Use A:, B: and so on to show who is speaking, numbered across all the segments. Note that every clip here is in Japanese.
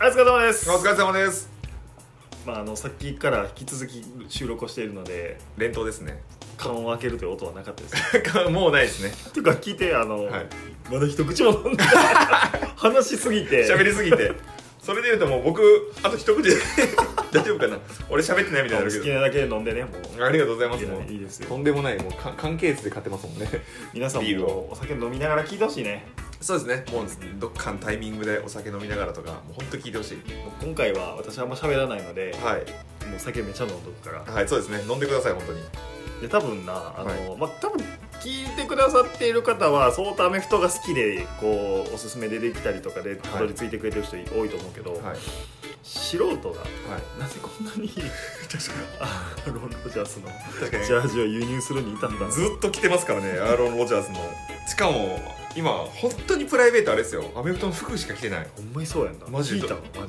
A: お疲れ様です
B: お疲れ様です
A: まああのさっきから引き続き収録をしているので
B: 連投ですね
A: 缶を開けるという音はなかったです
B: もうないですね
A: というか聞いてあの、
B: はい
A: まだ一口も飲んで 話しすぎて
B: 喋りすぎて それで言うともう僕あと一口で 大丈夫かな俺喋ってないみた
A: あの
B: いになる
A: 好き
B: け
A: なだけ飲んでねもう
B: どありがとうございます
A: いや
B: もう
A: いいですよ
B: とんでもないもうか缶ケースで買ってますもんね
A: 皆さん
B: ビール
A: も
B: を
A: お酒飲みながら聞いてほしいね
B: そうですねもうどっかのタイミングでお酒飲みながらとかもうほんと聞いてほしい
A: もう今回は私あんま喋らないので、
B: はい
A: もう酒めちゃ飲んどくから
B: はいそうですね飲んでください本当に
A: で多分なあの、まあ多分聞いてくださっている方は相当アメフトが好きでこうおすすめ出てきたりとかでたどり着いてくれてる人多いと思うけど、
B: はいはい
A: 素人がなぜこんなにあのロン・ロジャースの
B: 確かに
A: ジャージを輸入するに至ったんだ
B: ずっと着てますからねアーロン・ロジャースのしかも今本当にプライベートあれですよアメフトの服しか着てない
A: ほんまにそうやんな
B: マジ
A: 聞
B: で
A: いたのマジマ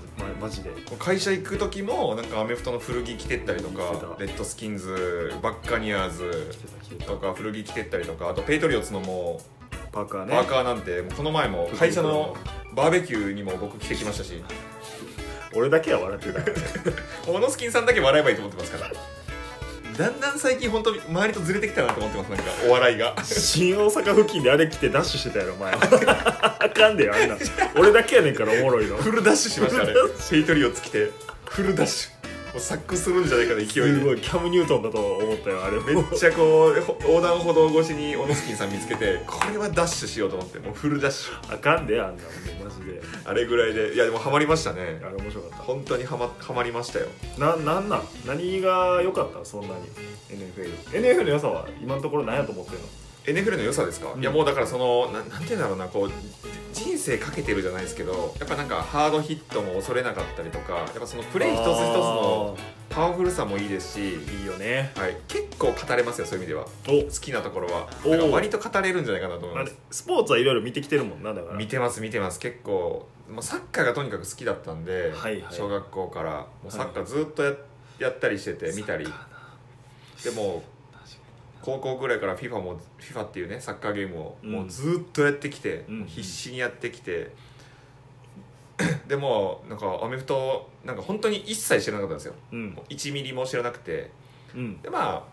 A: マジで
B: 会社行く時もなんかアメフトの古着着てったりと
A: 着て
B: か
A: た
B: レッドスキンズバッカニアーズ
A: 聞いてた聞いてた
B: とか古着着てったりとかあとペイトリオッツのも
A: パーカー
B: う
A: ね
B: パーカーなんてもうこの前も会社のバーベキューにも僕着てきましたし
A: 俺だけは笑ってた
B: 小野スキンさんだけ笑えばいいと思ってますからだんだん最近本当に周りとずれてきたなと思ってますなんかお笑いが
A: 新大阪付近であれ来てダッシュしてたやろお前あかんでよあんな俺だけやねんからおもろいの
B: フルダッシュしましたね
A: フルダ
B: ペイトリオッツ着てフルダッシュもうサックスするんじゃないかな勢い
A: す
B: で
A: ごいキャム・ニュートンだと思ったよあ れ
B: めっちゃこうほ横断歩道越しにオノスキンさん見つけてこれはダッシュしようと思ってもうフルダッシュ
A: あかんであんなもうマジで
B: あれぐらいでいやでもハマりましたね
A: あれ面白かっ
B: 本当にハマハマりましたよ
A: たななんなん何が良かったそんなに NFLNFL の良さは今のところ何やと思ってるの
B: NFL の良さですか、
A: うん
B: いやもうだからそのななんて言うんだろうなこうじ人生かけてるじゃないですけどやっぱなんかハードヒットも恐れなかったりとかやっぱそのプレー一つ一つのパワフルさもいいですし、
A: あーいいよね
B: はい、結構語れますよそういう意味では好
A: お
B: きなところは
A: おー
B: なんか割と語れるんじゃないかなと思い
A: あ
B: ま
A: れ
B: す
A: スポーツはいろいろ見てきてるもんなだから
B: 見てます見てます結構もうサッカーがとにかく好きだったんで、
A: はいはい
B: 小学校からもうサッカーずっとや,、やったりしてて見たり
A: サッカーな
B: でも
A: 確か
B: 高校ぐらいから FIFA も FIFA っていうねサッカーゲームを
A: うん
B: もうずっとやってきて、
A: うん
B: 必死にやってきて、 でもなんかアメフトなんか本当に一切知らなかったんですよ
A: にうん
B: もう1ミリも知らなくて
A: うん
B: でまあ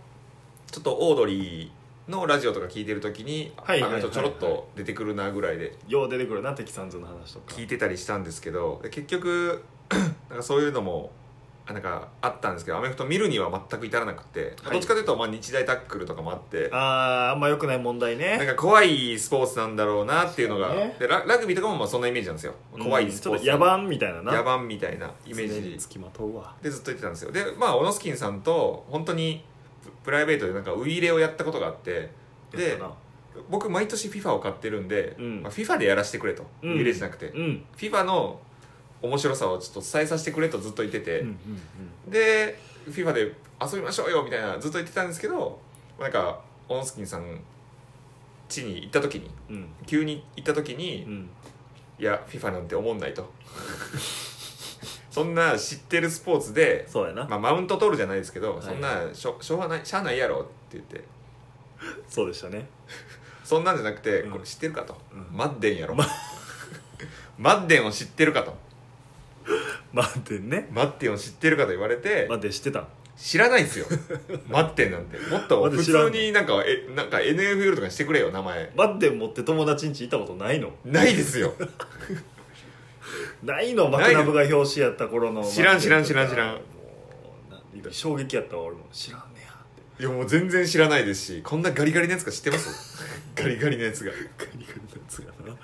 B: ちょっとオードリーのラジオとか聞いてる時に、
A: はいはいはいはい
B: あの人ちょろっと出てくるなぐらいで
A: よう出てくるな敵さんずの話とか
B: 聞いてたりしたんですけどで結局 なんかそういうのもあなんかあったんですけどアメフト見るには全く至らなくて、
A: はい
B: どっちかというとまあ日大タックルとかもあって
A: あーあんま良くない問題
B: なん
A: ね
B: か怖いスポーツなんだろうなっていうのが
A: そうね
B: でララグビーとかもまあそんなイメージなんですよ怖いスポーツ、
A: うんちょっと野蛮みたいなな
B: 野蛮みたいなイメ
A: 常
B: ー
A: に
B: ジ
A: つきまとうわ
B: でずっと言ってたんですよでまあオノスキンさんと本当にププライベートでなんかウイイレをやったことがあって
A: やっ
B: で
A: たな
B: 僕毎年 FIFA を買ってるんで、
A: うん
B: まあ、FIFA でやらせてくれと、
A: うん
B: ウイイレじゃなくて、
A: うん
B: FIFA の面白さをちょっと伝えさせてくれとずっと言ってて、
A: うんうん
B: で FIFA で遊びましょうよみたいなずっと言ってたんですけどなんかオンスキンさん地に行った時に
A: うんうん
B: 急に行った時に、
A: うん
B: いや FIFA なんて思んないと そんな知ってるスポーツで、
A: そうやな
B: まあ、マウント取るじゃないですけど、
A: はい
B: そんなしょしょうがないしゃあないやろって言って
A: そうでしたね
B: そんなんじゃなくて、
A: うん
B: これ知ってるかと、
A: うん
B: マッデンやろ マッデンを知ってるかと
A: 待ってね
B: マッデンを知ってるかと言われて
A: 待って知ってた
B: 知らないです よマッデンなんてもっと
A: 待って
B: 普
A: 知らんの
B: 通になんかえなんか NFL とかにしてくれよ名前
A: バッテン持って友達ん家行ったことないの
B: ないです よ
A: ないのマ
B: ない
A: ク
B: の
A: ナブが表紙やった頃の
B: 知らん知らん
A: バッテンとか
B: 知らん知らん
A: もうなんて衝撃やったわ俺も知らんねやって
B: いやもう全然知らないですしこんなガリガリのやつか知ってます ガリガリのやつが
A: ガリガリのやつがな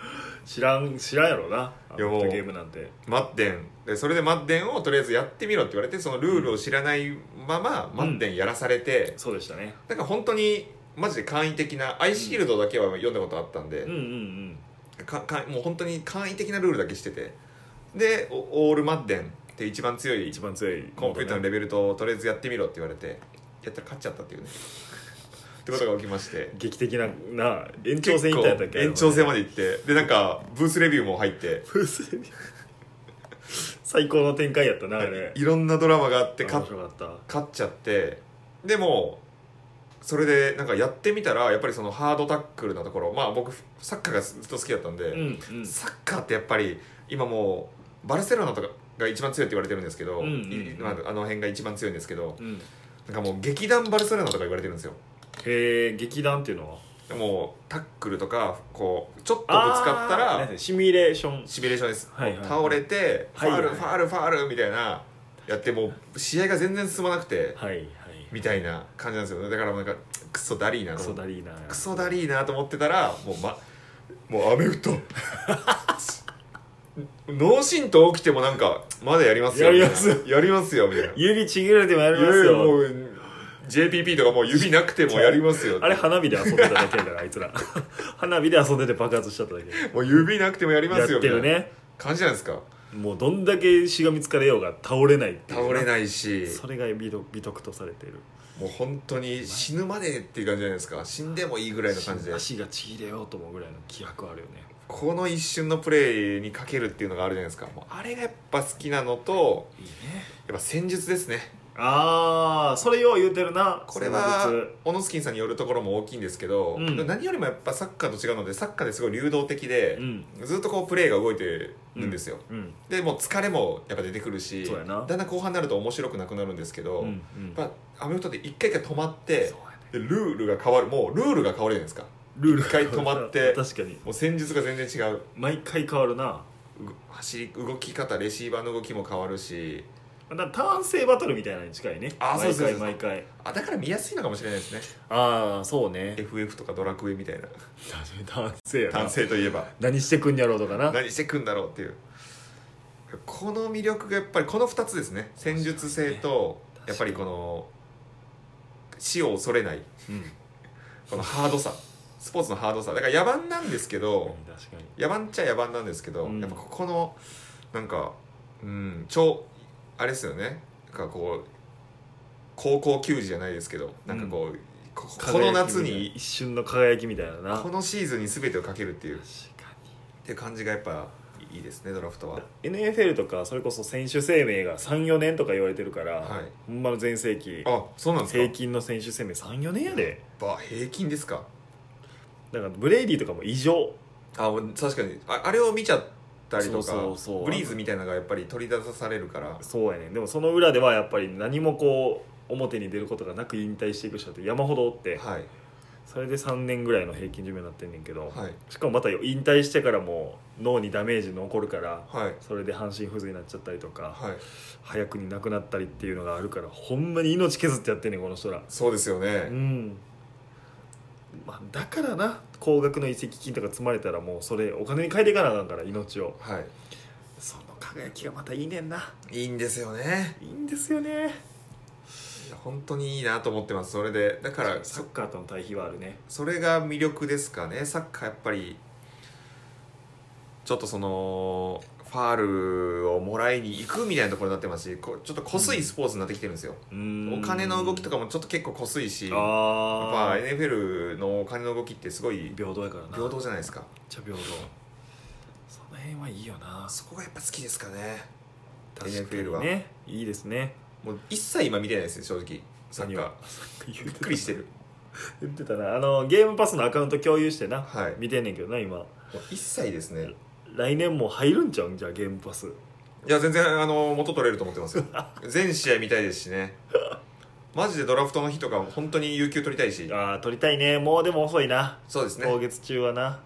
A: 知らん知らんやろなあの
B: いやもう
A: ゲームなんて
B: マッデンでそれでマッデンをとりあえずやってみろって言われてそのルールを知らないまま、マッデンやらされて、
A: そうでしたね
B: なんか本当にマジで簡易的なアイシールドだけは読んだことあったんで、
A: うんうんうん
B: かかもう本当に簡易的なルールだけしててでおオールマッデンって一番強い
A: 一番強い
B: コンピューターの
A: レ
B: レベルととりあえずやってみろって言われてやったら勝っちゃったっていうねってことが起きまして
A: 劇的なな延長戦みたいやったっけ
B: 結構延長戦まで行ってでなんかブースレビューも入って
A: プースに 最高の展開やったなあれ
B: いろんなドラマがあって
A: 面白
B: 勝っ
A: かった
B: 勝っちゃってでもそれでなんかやってみたらやっぱりそのハードタックルなところまあ僕サッカーがずっと好きだったんで、
A: うんうん
B: サッカーってやっぱり今もうバルセロナとかが一番強いって言われてるんですけど、
A: うんうんうん
B: いまあ、あの辺が一番強いんですけど
A: うん、
B: なんかもう劇団バルセロナとか言われてるんですよ
A: へえ劇団っていうのは
B: もうタックルとかこうちょっとぶつかった
A: あーなん
B: ら
A: かシミュレーション
B: シミュレーションです、
A: はいはいはい
B: 倒れてファール、
A: はいはい
B: ファールファールみたいなやってもう試合が全然進まなくて
A: はいはい
B: みたいな感じなんですよねだからなんかクソだりーな
A: ク
B: と思
A: ソ
B: っ
A: ダ
B: て
A: リーナ
B: クソだりーなと思ってたらもう,、ま、もうアメフト 脳震盪起きてもなんかまだやりますよ
A: やります
B: みたいなやりますよみたいな
A: 指ちぎられてもやります
B: いやいやも
A: よ
B: う JPP とかもう指なくてもやりますよ
A: あれ花火で遊んでただけだからあいつら 花火で遊んでて爆発しちゃっただけ
B: もう指なくてもやります
A: や
B: よ
A: っ
B: みた
A: て
B: い
A: る
B: な
A: ね
B: 感じじゃないですか
A: もうどんだけしがみつかれようが倒れないっていう
B: 倒れないし
A: それが美徳美徳とされている
B: もう本当に死ぬまでっていう感じじゃないですか死んでもいいぐらいの感じで
A: 足がちぎれようと思うぐらいの気迫あるよね
B: この一瞬のプレーにかけるっていうのがあるじゃないですかもうあれがやっぱ好きなのと
A: いいね
B: やっぱ戦術ですね
A: ああそれよう言うてるな
B: これ
A: そ
B: は
A: の術
B: オノスキンさんによるところも大きいんですけど、
A: うん
B: 何よりもやっぱサッカーと違うのでサッカーですごい流動的で、
A: うん
B: ずっとこうプレーが動いてるんですよ、
A: うん
B: でもう疲れもやっぱ出てくるし
A: そうやな
B: だんだん後半になると面白くなくなるんですけど、
A: うんう
B: やっ
A: ん
B: ぱアメフトって一回一回止まって
A: そうやね
B: でルールが変わるもうルールが変わるじゃないですか
A: ルール
B: 一回止まって
A: 確かに
B: もう戦術が全然違う
A: 毎回変わるな
B: う走り動き方レシーバーの動きも変わるし
A: だからターン制バトルみたいなのに近いね
B: あーそう
A: 毎
B: そうそう
A: 回
B: そう
A: 毎回
B: あだから見やすいのかもしれないですね
A: ああそうね
B: FF とかドラクエみたいな
A: 確かにターン制やな
B: 男性といえば
A: 何してくんやろうとかな
B: 何してくんだろうっていうこの魅力がやっぱりこの2つですね戦術性とやっぱりこの死を恐れない
A: うん
B: このハードさスポーツのハードさだから野蛮なんですけど
A: 確かに
B: 野蛮っちゃ野蛮なんですけど、
A: うん
B: やっぱここのなんかうん超あれですよねなんかこう高校球児じゃないですけどなんかこう、ここの
A: 輝
B: 夏
A: きみたいな
B: に
A: 一瞬の輝きみたいなな
B: こ
A: 確か
B: のシーズンに全てをかけるっていう
A: に
B: っていう感じがやっぱいいですねドラフトは。
A: NFL とかそれこそ選手生命が34年とか言われてるから、
B: はい
A: ほんまの全盛期
B: あそうなんですか
A: 平均の選手生命34年やで
B: ば平均ですか
A: だからブレイディとかも異常
B: あ確かにああれを見ちゃったりとか
A: そうそうそう
B: ブリーズみたいなのがやっぱり取り出されるから
A: そうやねんでもその裏ではやっぱり何もこう表に出ることがなく引退していく人って山ほどおって、
B: はい
A: それで3年ぐらいの平均寿命になってんねんけど、
B: はい
A: しかもまた引退してからも脳にダメージ残るから
B: はい
A: それで半身不随になっちゃったりとか、
B: はい
A: 早くに亡くなったりっていうのがあるからほんまに命削ってやってんねんこの人ら
B: そうですよ
A: う
B: ね
A: ん、まあ、だからな高額の移籍金とか積まれたらもうそれお金に変えていかなあかんから命を
B: は
A: その輝きがまたいいねんない
B: いいんですよね
A: いいんですよね
B: いや本当にいいなと思ってますそれでだから
A: サ
B: そ
A: ッカーとの対比はあるね
B: それが魅力ですかねサッカーやっぱりちょっとそのファールをもらいに行くみたいなところになってますしこうちょっと濃すいスポーツになってきてるんですよ、お
A: お
B: 金の動きと
A: か
B: かもちょっと結構濃すいしやっ
A: あ
B: ぱ
A: あ
B: NFL のお金の動きってすごい
A: 平等やからな
B: 平等
A: めっ
B: じゃないですか
A: ちゃ平等その辺はいいよな
B: そこがやっぱ好きですかね
A: 確かに
B: NFL は
A: ねいいです ね
B: もう一切今見てないですね正直サッカー
A: び
B: びっくりしてる
A: 言ってたなあのゲームパスのアカウント共有してな、
B: はい
A: 見てんねんけどな今
B: もう一切ですね
A: 来年も入るんちゃうんじゃあゲームパス
B: いや全然あの元取れると思ってま すよ全試合見たいですしねマジでドラフトの日とか本当に有給取りたいし
A: ああ取りたいねもうでも遅いな
B: そうですね
A: 今月中はな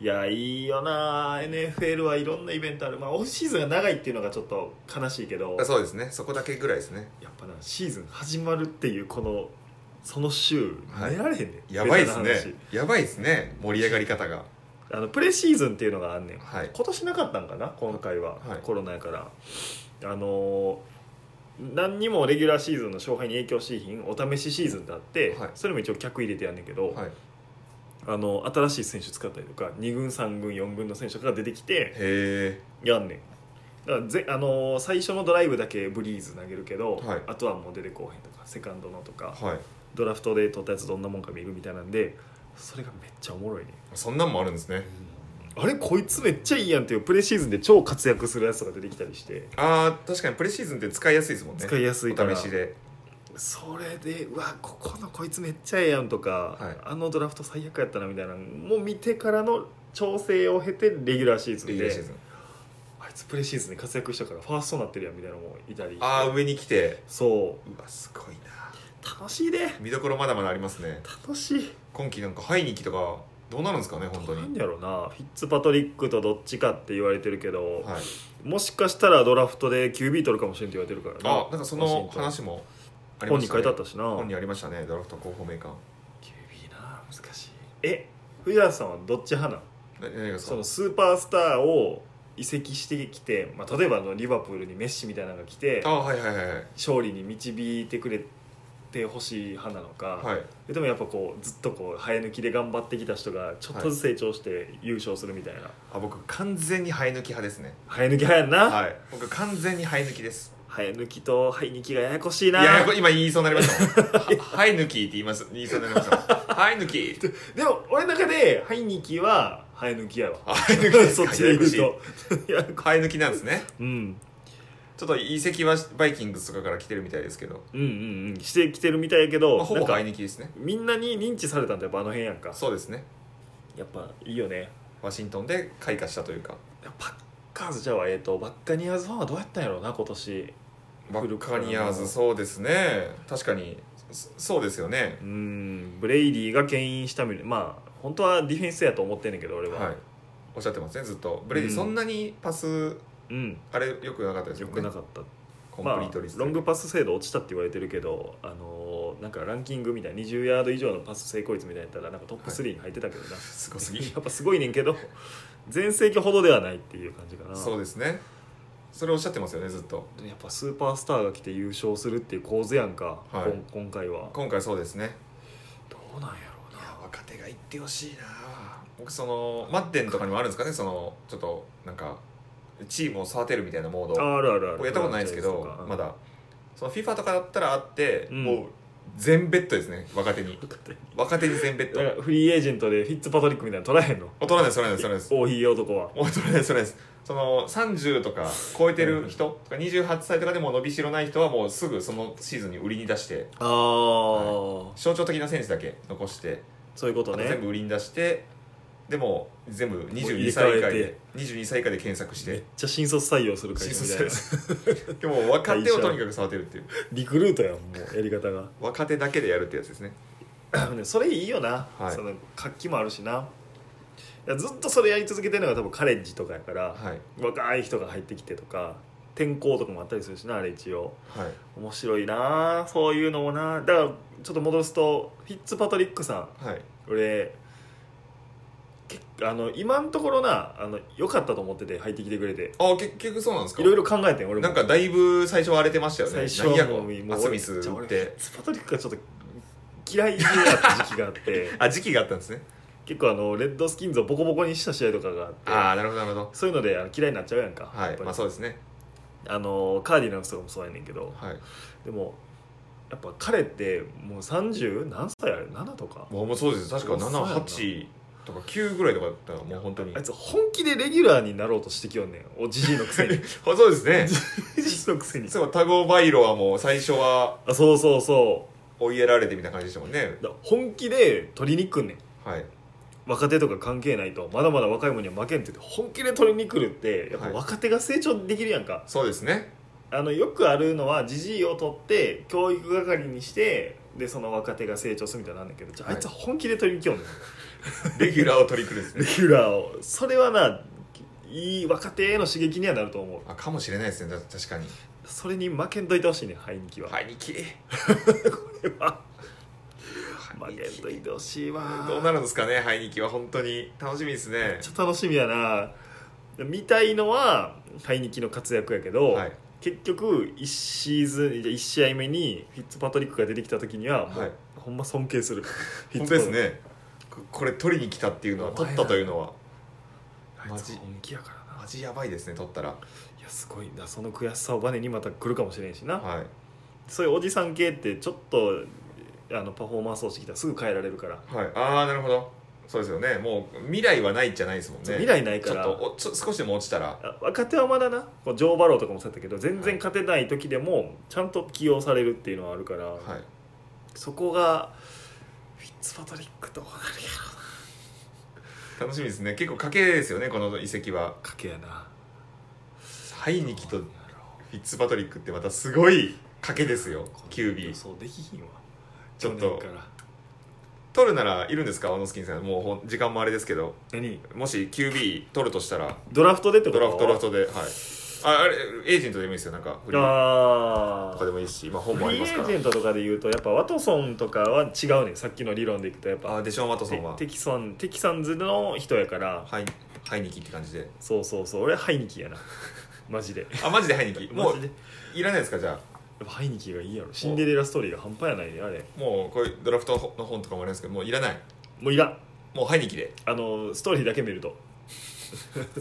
A: いやいいよな NFL はいろんなイベントあるまあオフシーズンが長いっていうのがちょっと悲しいけど
B: そうですねそこだけぐらいですね
A: やっぱなシーズン始まるっていうこのその週
B: はい
A: 寝られへんねん、
B: やばいです
A: ベタな話
B: ねやばいですね盛り上がり方が
A: あのプレシーズンっていうのがあんねん
B: はい
A: 今年なかったんかな今回は、
B: はい
A: コロナやからあのー何にもレギュラーシーズンの勝敗に影響しひんお試しシーズンってあって、
B: はい
A: それも一応客入れてやんねんけど、
B: はい
A: あの新しい選手使ったりとか2軍3軍4軍の選手とかが出てきて
B: へ
A: やんねんだからぜ、あのー最初のドライブだけブリーズ投げるけど、
B: はい
A: あとはもう出てこうへんとかセカンドのとか
B: えはい
A: ドラフトで取ったやつどんなもんか見るみたいなんでそれがめっちゃおもろいね
B: そんなんもあるんですね
A: あれこいつめっちゃいいやんっていうプレシーズンで超活躍するやつとか出てきたりして
B: あー確かにプレシーズンって使いやすいですもんね
A: 使いやすいから
B: お試しで
A: それでうわここのこいつめっちゃええやんとか、
B: はい
A: あのドラフト最悪やったなみたいなのもう見てからの調整を経てレギュラーシーズン
B: レ
A: で
B: ギュラーシーズン
A: ああいつプレシーズンで活躍したからファーストになってるやんみたいなのもいたり
B: ああ上に来て
A: そう
B: わすごいな
A: う楽しいね
B: 見どころまだまだありますね
A: 楽しい
B: 今季なんかハイニキとかどうなるんですかね本当
A: なん
B: に
A: やろうなフィッツパトリックとどっちかって言われてるけど、
B: はい
A: もしかしたらドラフトで QB 取るかもしれんって言われてるからな
B: あなんかその話もあり
A: 本
B: ま
A: に
B: し
A: 書
B: たね
A: いてあったしな
B: 本にありましたねドラフト候補名鑑
A: QB な難しいえ藤原さんはどっち派なん
B: な何が
A: そ
B: そ
A: の
B: の
A: スーパースターを移籍してきて、まあ、例えばあのリバプールにメッシみたいなのが来て
B: あはいはいはいはい
A: 勝利に導いてくれてほしい派なのか、
B: はい
A: でもやっぱこうずっとこう生え抜きで頑張ってきた人がちょっとずつ成長して優勝するみたいな、
B: あ僕完全に生え抜き派ですね
A: 生え抜き派やんな、
B: はい僕完全に生え抜きです
A: 生え抜きと生え抜きがややこしい
B: い
A: な
B: やこれ今言いそうになりましたもん は生え抜きって言います言いそうになりました生え抜き
A: でも俺の中で生え抜きは生え抜きやわ
B: 生え抜きですか
A: そっちで言う
B: ややこと
A: いや
B: しい生え抜きなんですね
A: うん
B: ちょっと移籍はバイキングスとかから来てるみたいですけど、
A: うんうんうんしてきてるみたいやけど、
B: まあ、ほ
A: な
B: ぼ
A: んか
B: 生え抜きですね
A: みんなに認知されたんだよあの辺やんか
B: そうですね
A: やっぱいいよね
B: ワシントンで開花したというか
A: パッカーズじゃあえっ、とバッカニアーズファンはどうやったんやろうな今年
B: バ
A: 古
B: ッ
A: 川
B: カ
A: の
B: ニアーズそうですね確かにそそうですよね
A: うーんブレイディが牽引したみたいまあ本当はディフェンスやと思ってんねんけど俺は、
B: はいおっしゃってますねずっとブレディ
A: うん
B: そんなにパス
A: うん
B: あれよくなかったです
A: よ
B: よ
A: く
B: ね
A: なかった、
B: コンプ
A: ま
B: リ
A: あ
B: ート率
A: ロングパス精度落ちたって言われてるけどあのーなんかランキングみたいな20ヤード以上のパス成功率みたいなやったらなんかトップ3に入ってたけどな、
B: すごすぎ
A: やっぱすごいねんけど全盛期ほどではないっていう感じかな
B: そうですねそれおっしゃってますよねずっと
A: でもやっぱスーパースターが来て優勝するっていう構図やんか、
B: はい
A: こん今回は
B: 今回そうですね
A: どうなんやろうな
B: 若手が行ってほしいな僕そのマッテンとかにもあるんですかねそのちょっとなんかチームを育てるみたいなモード
A: ああるあるある
B: 僕やったことないですけ
A: フランチャイズ
B: ど
A: とか
B: まだその FIFA とかだったらあって、
A: うん
B: もう全ベッドですね若手に
A: 分かってない
B: 若手に全ベッド
A: だからフリーエージェントでフィッツパトリックみたいなの取らへんの
B: 大人ですそれですそれです
A: 大ひい男は
B: もうそれですそれですその30とか超えてる人とか28歳とかでも伸びしろない人はもうすぐそのシーズンに売りに出して
A: ああ、
B: 象徴的な選手だけ残して
A: そういうこと
B: あと全
A: ね
B: 部売りに出してでも全部
A: 入れ
B: 22
A: 替え
B: 歳
A: て
B: 以下で22歳以下で検索し
A: めってちゃ新卒採用する会
B: 新
A: 社み
B: 卒
A: たいな
B: ですでも若手をとにかく育てるっていう
A: リクルートやんもうやり方 が
B: 若手だけでやるってやつですね
A: ねそれいいよな、
B: はい
A: その活気もあるしないやずっとそれやり続けてるのが多分カレッジとかやから、
B: はい
A: 若い人が入ってきてとか転校とかもあったりするしなあれ一応
B: はい
A: 面白いなそういうのもなだからちょっと戻すとフィッツパトリックさん
B: はい
A: 俺けあの今のところなあの良かったと思ってて入ってきてくれて
B: あ結局そうなんですか
A: いろいろ考えてん俺も
B: なんかだいぶ最初は荒れてましたよね
A: 最初はもう
B: 何やこ
A: も
B: れ
A: う
B: アスミス
A: じゃあ
B: 打っ
A: 俺
B: て
A: フィッツパトリックがちょっと嫌いだった時期があって
B: あ時期があったんですね
A: 結構あのレッドスキンズをボコボコにした試合とかがあって
B: ああなるほどなるほど
A: そういうのであの嫌いになっちゃうやんか、
B: は
A: やっ
B: い
A: ぱり
B: まあそうですね
A: あのカーディナルスとかもそうやねんけど
B: はい
A: でもやっぱ彼ってもう30何歳あれ7とか
B: もうもうそうです確か
A: そうやな
B: 78とか9ぐらいとかだったらもう本当に
A: あいつ本気でレギュラーになろうとしてきよんねんおじじいのくせ に
B: あそうですね
A: じじいのくせに
B: そうタゴバイロはもう最初は
A: あそうそうそ
B: 追いやられてみたいな感じでしたもんね
A: うだ本気で取りに来んねん
B: はい
A: 若手とか関係ないとまだまだ若いもんには負けんって言って本気で取りに来るってやっぱ
B: はい
A: 若手が成長できるやんか、
B: そうですね
A: あのよくあるのはじじいを取って教育係にしてでその若手が成長するみたいなのあんだけどじゃああ
B: はい
A: いつは本気で取りに来よんねん、
B: レギュラーを取り来るんです
A: レ
B: ね
A: ギュラーをそれはないい若手への刺激にはなると思う
B: あかもしれないですねた確かに
A: それに負けんといてほしいねハイニキは、
B: はいニキ
A: これは
B: は
A: 負
B: い
A: けんといてほしいわ
B: どうなるんですかねハイニキは本当に楽しみですね
A: めっちゃ楽しみやな見たいのはハイニキの活躍やけど、
B: はい
A: 結局1シーズン1試合目にフィッツパトリックが出てきた時にはもう、
B: はい
A: ほんま尊敬する
B: 本当ですねここれ取りに来たっていうのは取ったというのは
A: あいつ
B: マジ
A: 本気やからな
B: マジやばいですね取ったら
A: いやすごいなその悔しさをバネにまた来るかもしれんしな、
B: はい
A: そういうおじさん系ってちょっとあのパフォーマンスをしてきたらすぐ変えられるから、
B: はい、ああなるほどそうですよねもう未来はないじゃないですもんね
A: 未来ないから
B: ちょっとおちょ少しでも落ちたら
A: あ若手はまだなこうジョー・バローとかもそうやったけど全然勝てない時でもちゃんと起用されるっていうのはあるから、
B: はい
A: そこがフィッツパトリックとかなるやろ
B: 楽しみですね結構賭けですよねこの遺跡は
A: 賭けやな
B: ハイニキとフィッツパトリックってまたすごい賭けですよ QB
A: そうできひんわ
B: ちょっ
A: 去年
B: と
A: から
B: 取るならいるんですかオノスキンさんもうほん時間もあれですけど
A: 何
B: もし QB 取るとしたら
A: ドラフトでってこ
B: ド
A: と
B: ラフトドラフトではいああれエージェントでもいいですよなんかフリー
A: あ
B: と
A: あ
B: かでもいいし、まあ、本
A: フ
B: もあ
A: リ
B: り
A: ーエ
B: ますか
A: ージェントとかで言うとやっぱワトソンとかは違うねさっきの理論でいくとやっ
B: ら
A: ぱ
B: あデショーン・ワトソ
A: テ
B: ンは
A: テキサンテキサンズの人やから
B: ハイハイニキって感じで
A: そうそうそう俺ハイニキやなマジで
B: あマジでハイニキも
A: マ
B: う
A: ジでや
B: いらないですかじゃあ
A: っぱハイニキがいいやろシンデレラストーリーが半端やないねあれ
B: もうこういうドラフトの本とかもありますけどもういらない
A: もういらん
B: もうハイニキで
A: あのストーリーだけ見 ると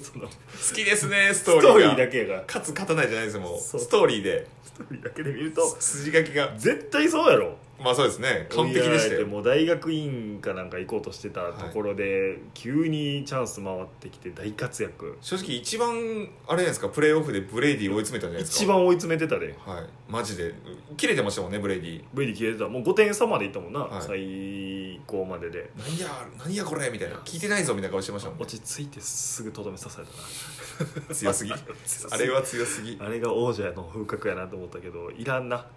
A: その
B: 好きで すねスト
A: ス
B: ーリー
A: トー
B: が
A: リーだけが
B: 勝つ勝たないじゃないですよもう
A: そう
B: ストーリーで
A: ストーリーだけで見ると
B: 筋書きが
A: 絶対そうやろ
B: まあそうですね完璧でした
A: 追いやられて
B: よ
A: もう大学院かなんか行こうとしてたところで、急にチャンス回ってきて大活躍
B: 正直一番あれじゃないですかプレーオフでブレイディ追い詰めたんじゃないですか
A: 一番追い詰めてたで
B: はいマジで切れてましたもんねブレイディ
A: ブイディ消えてたもう5点差までいったもんな、
B: はい
A: 最高までで
B: なんやなんやこれみたいな聞いてないぞみたいな顔してました もんね
A: 落ち着いてすぐとどめ刺された
B: 強すぎ
A: な
B: あれは強すぎも
A: あれが王者の風格やなと思ったけどいらんな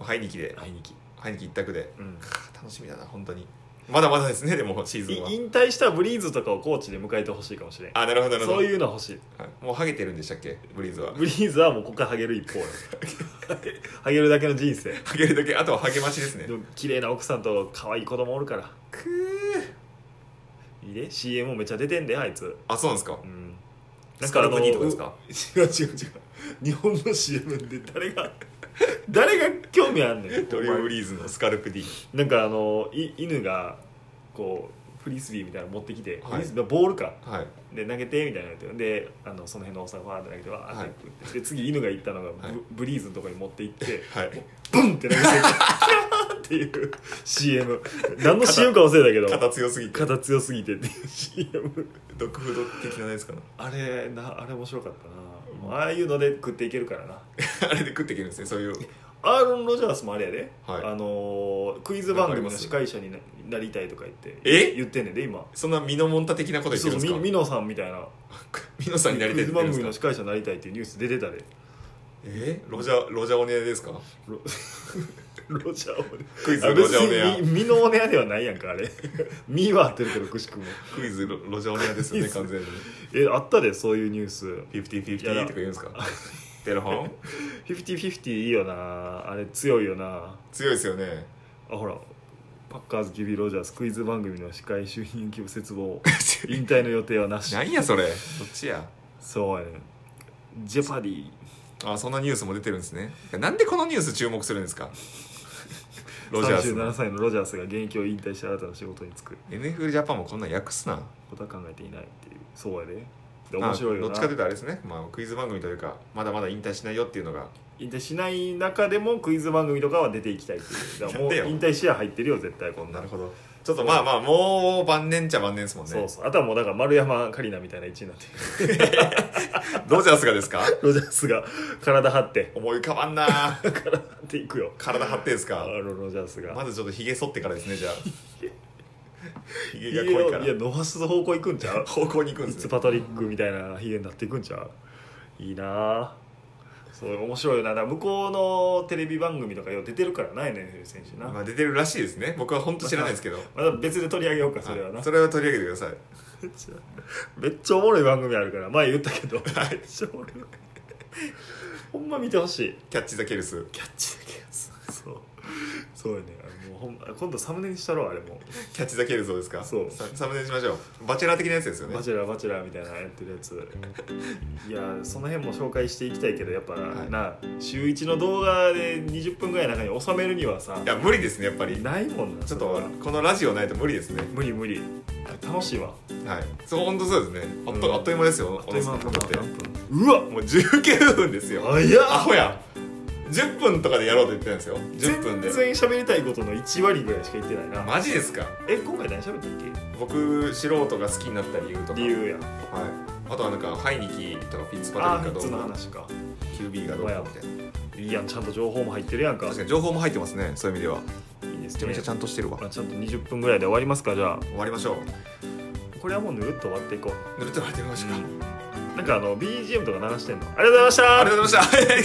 B: うハイニキで
A: あいにき、
B: ハイニキ一択で
A: うん、
B: 楽しみだな本当にまだまだですねでもシーズ
A: い
B: ンは
A: 引退したブリーズとかをコーチで迎えてほしいかもしれん
B: あなるほどなるほど
A: そういうの欲しい
B: はいもうハゲてるんでしたっけブリーズは
A: ブリーズはもうここからハゲる一 方やハゲるだけの人生
B: ハゲるだけあとはハゲましですね
A: でも綺麗な奥さんと可愛い子供おるから
B: くー
A: いいね CM もめっちゃ出てんであいつ
B: あそうなんですか
A: うん
B: スカルプニーとかです
A: か
B: か
A: 違う違う違う日本の CM で誰が 誰が興味あんねん
B: ドリュー・ブリーズのスカルプ D
A: なんかあのい犬がこうフリスビーみたいなの持ってきて、
B: は
A: フ
B: い
A: リスビーボールか
B: はい
A: で投げてみたいなのやってであのその辺のおっさんがファーって投げてわーって行く、で次犬が行ったのがブ,、
B: はい
A: ブリーズのとこに持って行って
B: はい
A: ブンって投げ てキャーっていう CM 何の CM か忘れたけ ど
B: 肩強すぎて
A: 肩強すぎてっていう CM
B: ドッグフード的なやつかな
A: あれなあれ面白かったなああいうので食っていけるからな
B: あれで食っていけるんですねそういう
A: アーロン・ロジャースもあれやで、
B: はい
A: あのークイズ番組の司会者にななりたいとか言って
B: え
A: 言ってんねんで今
B: そんなミノモンタ的なこと言って
A: そう
B: るんです
A: そう
B: か
A: みみのさんみたいな
B: ミノさんになりたい
A: クイズ
B: って言っ
A: 番
B: てる
A: 組
B: ん
A: の
B: ですか
A: 司会者になりたいっていうニュース出てたで
B: えロジャロジャオネアですか
A: ロロジャーオネ
B: クイズ
A: あ
B: ロジャオネ
A: 別にみみのおねやではないやんかあれ みは合ってるけどくしくも
B: アクイズロロジャオネアですよね完全に
A: えあったでそういうニュース
B: フィフティフィフティとか言うんで すかテレフォン
A: 50-50いいよなあれ強いよな
B: 強いですよ ね
A: あほらパッカーズ・キビ・ロジャースクイズ番組の司会就任希望絶望 引退の予定はなし
B: なんやそれどっちや
A: そうやねジェパディ
B: あそんなニュースも出てるんですねなんでこのニュース注目するんで すかロジャース
A: 37
B: の
A: 歳のロジャースが現役を引退して新たな仕事に就く
B: NFL ジャパンもこんなん訳すな
A: ことは考えていないっていうそうやでで面白いよ
B: まあどっちか
A: な
B: というとあれですね、まあ、クイズ番組というかまだまだ引退しないよっていうのが
A: 引退しない中でもクイズ番組とかは出ていきたいっていうだからもう
B: なんでよ
A: 引退視野入ってるよ絶対こんなの
B: ほどちょっとまあまあもう晩年っちゃ晩年ですもんね
A: そうそうあとはもうだから丸山桂里奈みたいな位置になってる
B: ロジャースがですか
A: ロジャースが体張って
B: 思い浮かばんな
A: 体張っていくよ
B: 体張ってです
A: あ
B: か
A: のロジャースが
B: まずちょっとひげ剃ってからです ねじゃあひげ
A: いや
B: が濃いから
A: いや伸ばす方向行くんちゃう
B: 方向に行く
A: フィ
B: んで
A: ッ
B: す
A: ツ
B: ね
A: パトリックみたいなヒゲになっていくんちゃういいなあそう面白いよなだから向こうのテレビ番組とかよう出てるからないね選手な
B: ま
A: ま
B: あ出てるらしいですね僕は本当知らないですけど
A: た別で取り上げようかそれはな
B: それは取り上げてください
A: めっちゃおもろい番組あるから前言ったけどめっちゃおもろいほんま見てほし い
B: キャッチ・ザ・ケルス
A: キャッチだけやつそうそうよねあのもうほんま今度サムネにしたろあれも
B: キャッチ・ザ・ケルスをですか
A: そう
B: ササムネにしましょうバチェラー的なやつですよね
A: バチェラーバチェラーみたいなのやってるや ついやその辺も紹介していきたいけどやっぱ、
B: はい
A: な週一の動画で20分ぐらいの中に収めるにはさ
B: いや無理ですねやっぱり
A: ないもんな
B: ちょっ
A: それは
B: とこのラジオないと無理ですね
A: 無理無理楽しいわ
B: はいそう本当そうですねあっと、
A: うん
B: あっという間ですよ
A: あっという間
B: 小野さんだって
A: 何分うわ
B: もう19分ですよ
A: 早っ
B: アホや10分とかでやろうと言ってたんですよ10分で
A: 全然喋りたいことの1割ぐらいしか言ってないな、
B: マジですか
A: え今回何喋ったっ
B: 僕素人が好きになった理由と
A: け
B: か
A: 理由や
B: はい、あとはなんかハイニキとかフィッツ
A: あ
B: パ
A: あ
B: トリ
A: 3
B: ック
A: つ
B: がど
A: の
B: うか
A: 話か
B: QB がどうかみたいない
A: いやんちゃんと情報も入ってるやんか
B: 確かに情報も入ってますねそういう意味ではい
A: いです
B: めち
A: ね
B: ゃめちゃちゃんとしてるわ
A: まあちゃんと20分ぐらいで終わりますかじゃあ
B: 終わりましょう
A: これはもうぬるっと終わっていこう
B: ぬるっと終わってみましょうか、
A: なんかあの BGM とか流してんのありがとうございました
B: ありがとうございました